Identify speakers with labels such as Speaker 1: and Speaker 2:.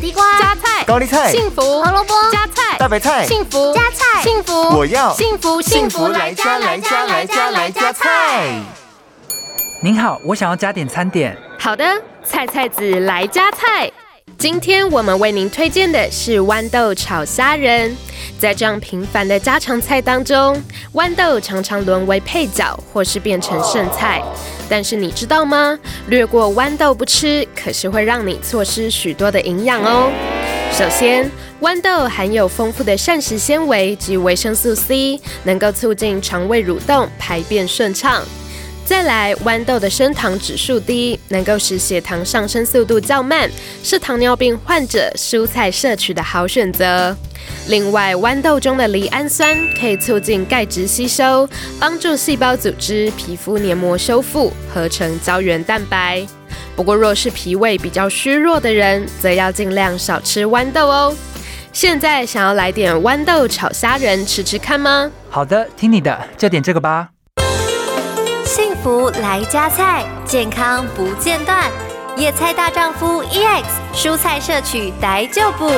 Speaker 1: 地瓜、
Speaker 2: 加菜、
Speaker 3: 高丽菜、
Speaker 2: 幸福、
Speaker 1: 胡萝卜、
Speaker 2: 加菜、
Speaker 3: 大白菜、
Speaker 2: 幸福、
Speaker 1: 加菜
Speaker 2: 幸福，
Speaker 3: 我要
Speaker 2: 幸福
Speaker 3: 幸福来家来家来家来家菜。
Speaker 4: 您好，我想要加点餐点。
Speaker 2: 好的，菜菜子来加菜。今天我们为您推荐的是豌豆炒虾仁。在这样平凡的家常菜当中，豌豆常常沦为配角或是变成剩菜。但是你知道吗？略过豌豆不吃，可是会让你错失许多的营养哦。首先，豌豆含有丰富的膳食纤维及维生素 C，能够促进肠胃蠕动、排便顺畅。再来，豌豆的升糖指数低，能够使血糖上升速度较慢，是糖尿病患者蔬菜摄取的好选择。另外，豌豆中的赖氨酸可以促进钙质吸收，帮助细胞组织、皮肤黏膜修复，合成胶原蛋白。不过，若是脾胃比较虚弱的人，则要尽量少吃豌豆哦。现在想要来点豌豆炒虾仁吃吃看吗？
Speaker 4: 好的，听你的，就点这个吧。
Speaker 1: 幸福来加菜，健康 E 不间断。野菜大丈夫 EX，蔬菜摄取逮就补。